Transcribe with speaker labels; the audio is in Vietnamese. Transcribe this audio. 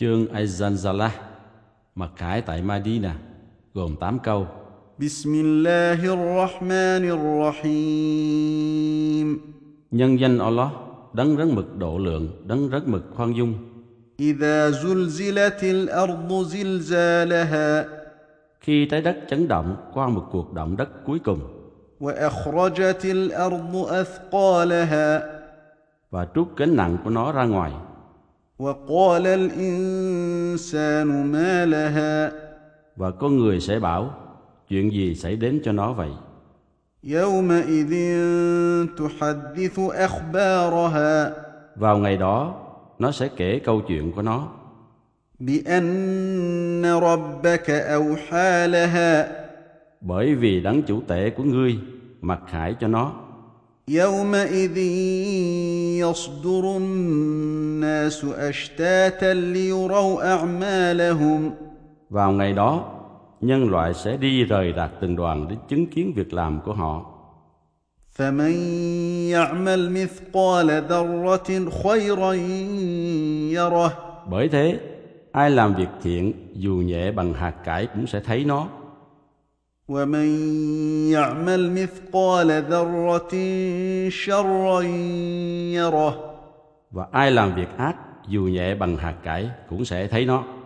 Speaker 1: Chương Al-Zanzalah Mặc khải tại Madina gồm 8 câu.
Speaker 2: بسم الله الرحمن الرحيم
Speaker 1: Nhân danh Allah, đấng rất mực độ lượng, đấng rất mực khoan dung.
Speaker 2: إذا زلزلت الأرض زلزالها
Speaker 1: Khi trái đất chấn động qua một cuộc động đất cuối cùng
Speaker 2: وأخرجت الأرض أثقالها
Speaker 1: và trút gánh nặng của nó ra ngoài,
Speaker 2: وقال الإنسان ما لها
Speaker 1: và con người sẽ bảo chuyện gì xảy đến cho nó vậy.
Speaker 2: يومئذ تحدث أخبارها
Speaker 1: Vào ngày đó, nó sẽ kể câu chuyện của nó
Speaker 2: بأن ربك أوحى لها
Speaker 1: bởi vì đấng chủ tể của ngươi mặc khải cho nó
Speaker 2: يومئذ يصدر الناس أشتاتا ليروا أعمالهم
Speaker 1: Vào ngày đó, nhân loại sẽ đi rời rạc từng đoàn để chứng kiến việc làm của họ.
Speaker 2: فمن يعمل مثقال ذرة خيرا يره
Speaker 1: Bởi thế, ai làm việc thiện dù nhẹ bằng hạt cải cũng sẽ thấy nó.
Speaker 2: ومن يعمل مثقال ذرة شرا يره
Speaker 1: Và ai làm việc ác dù nhẹ bằng hạt cải cũng sẽ thấy nó.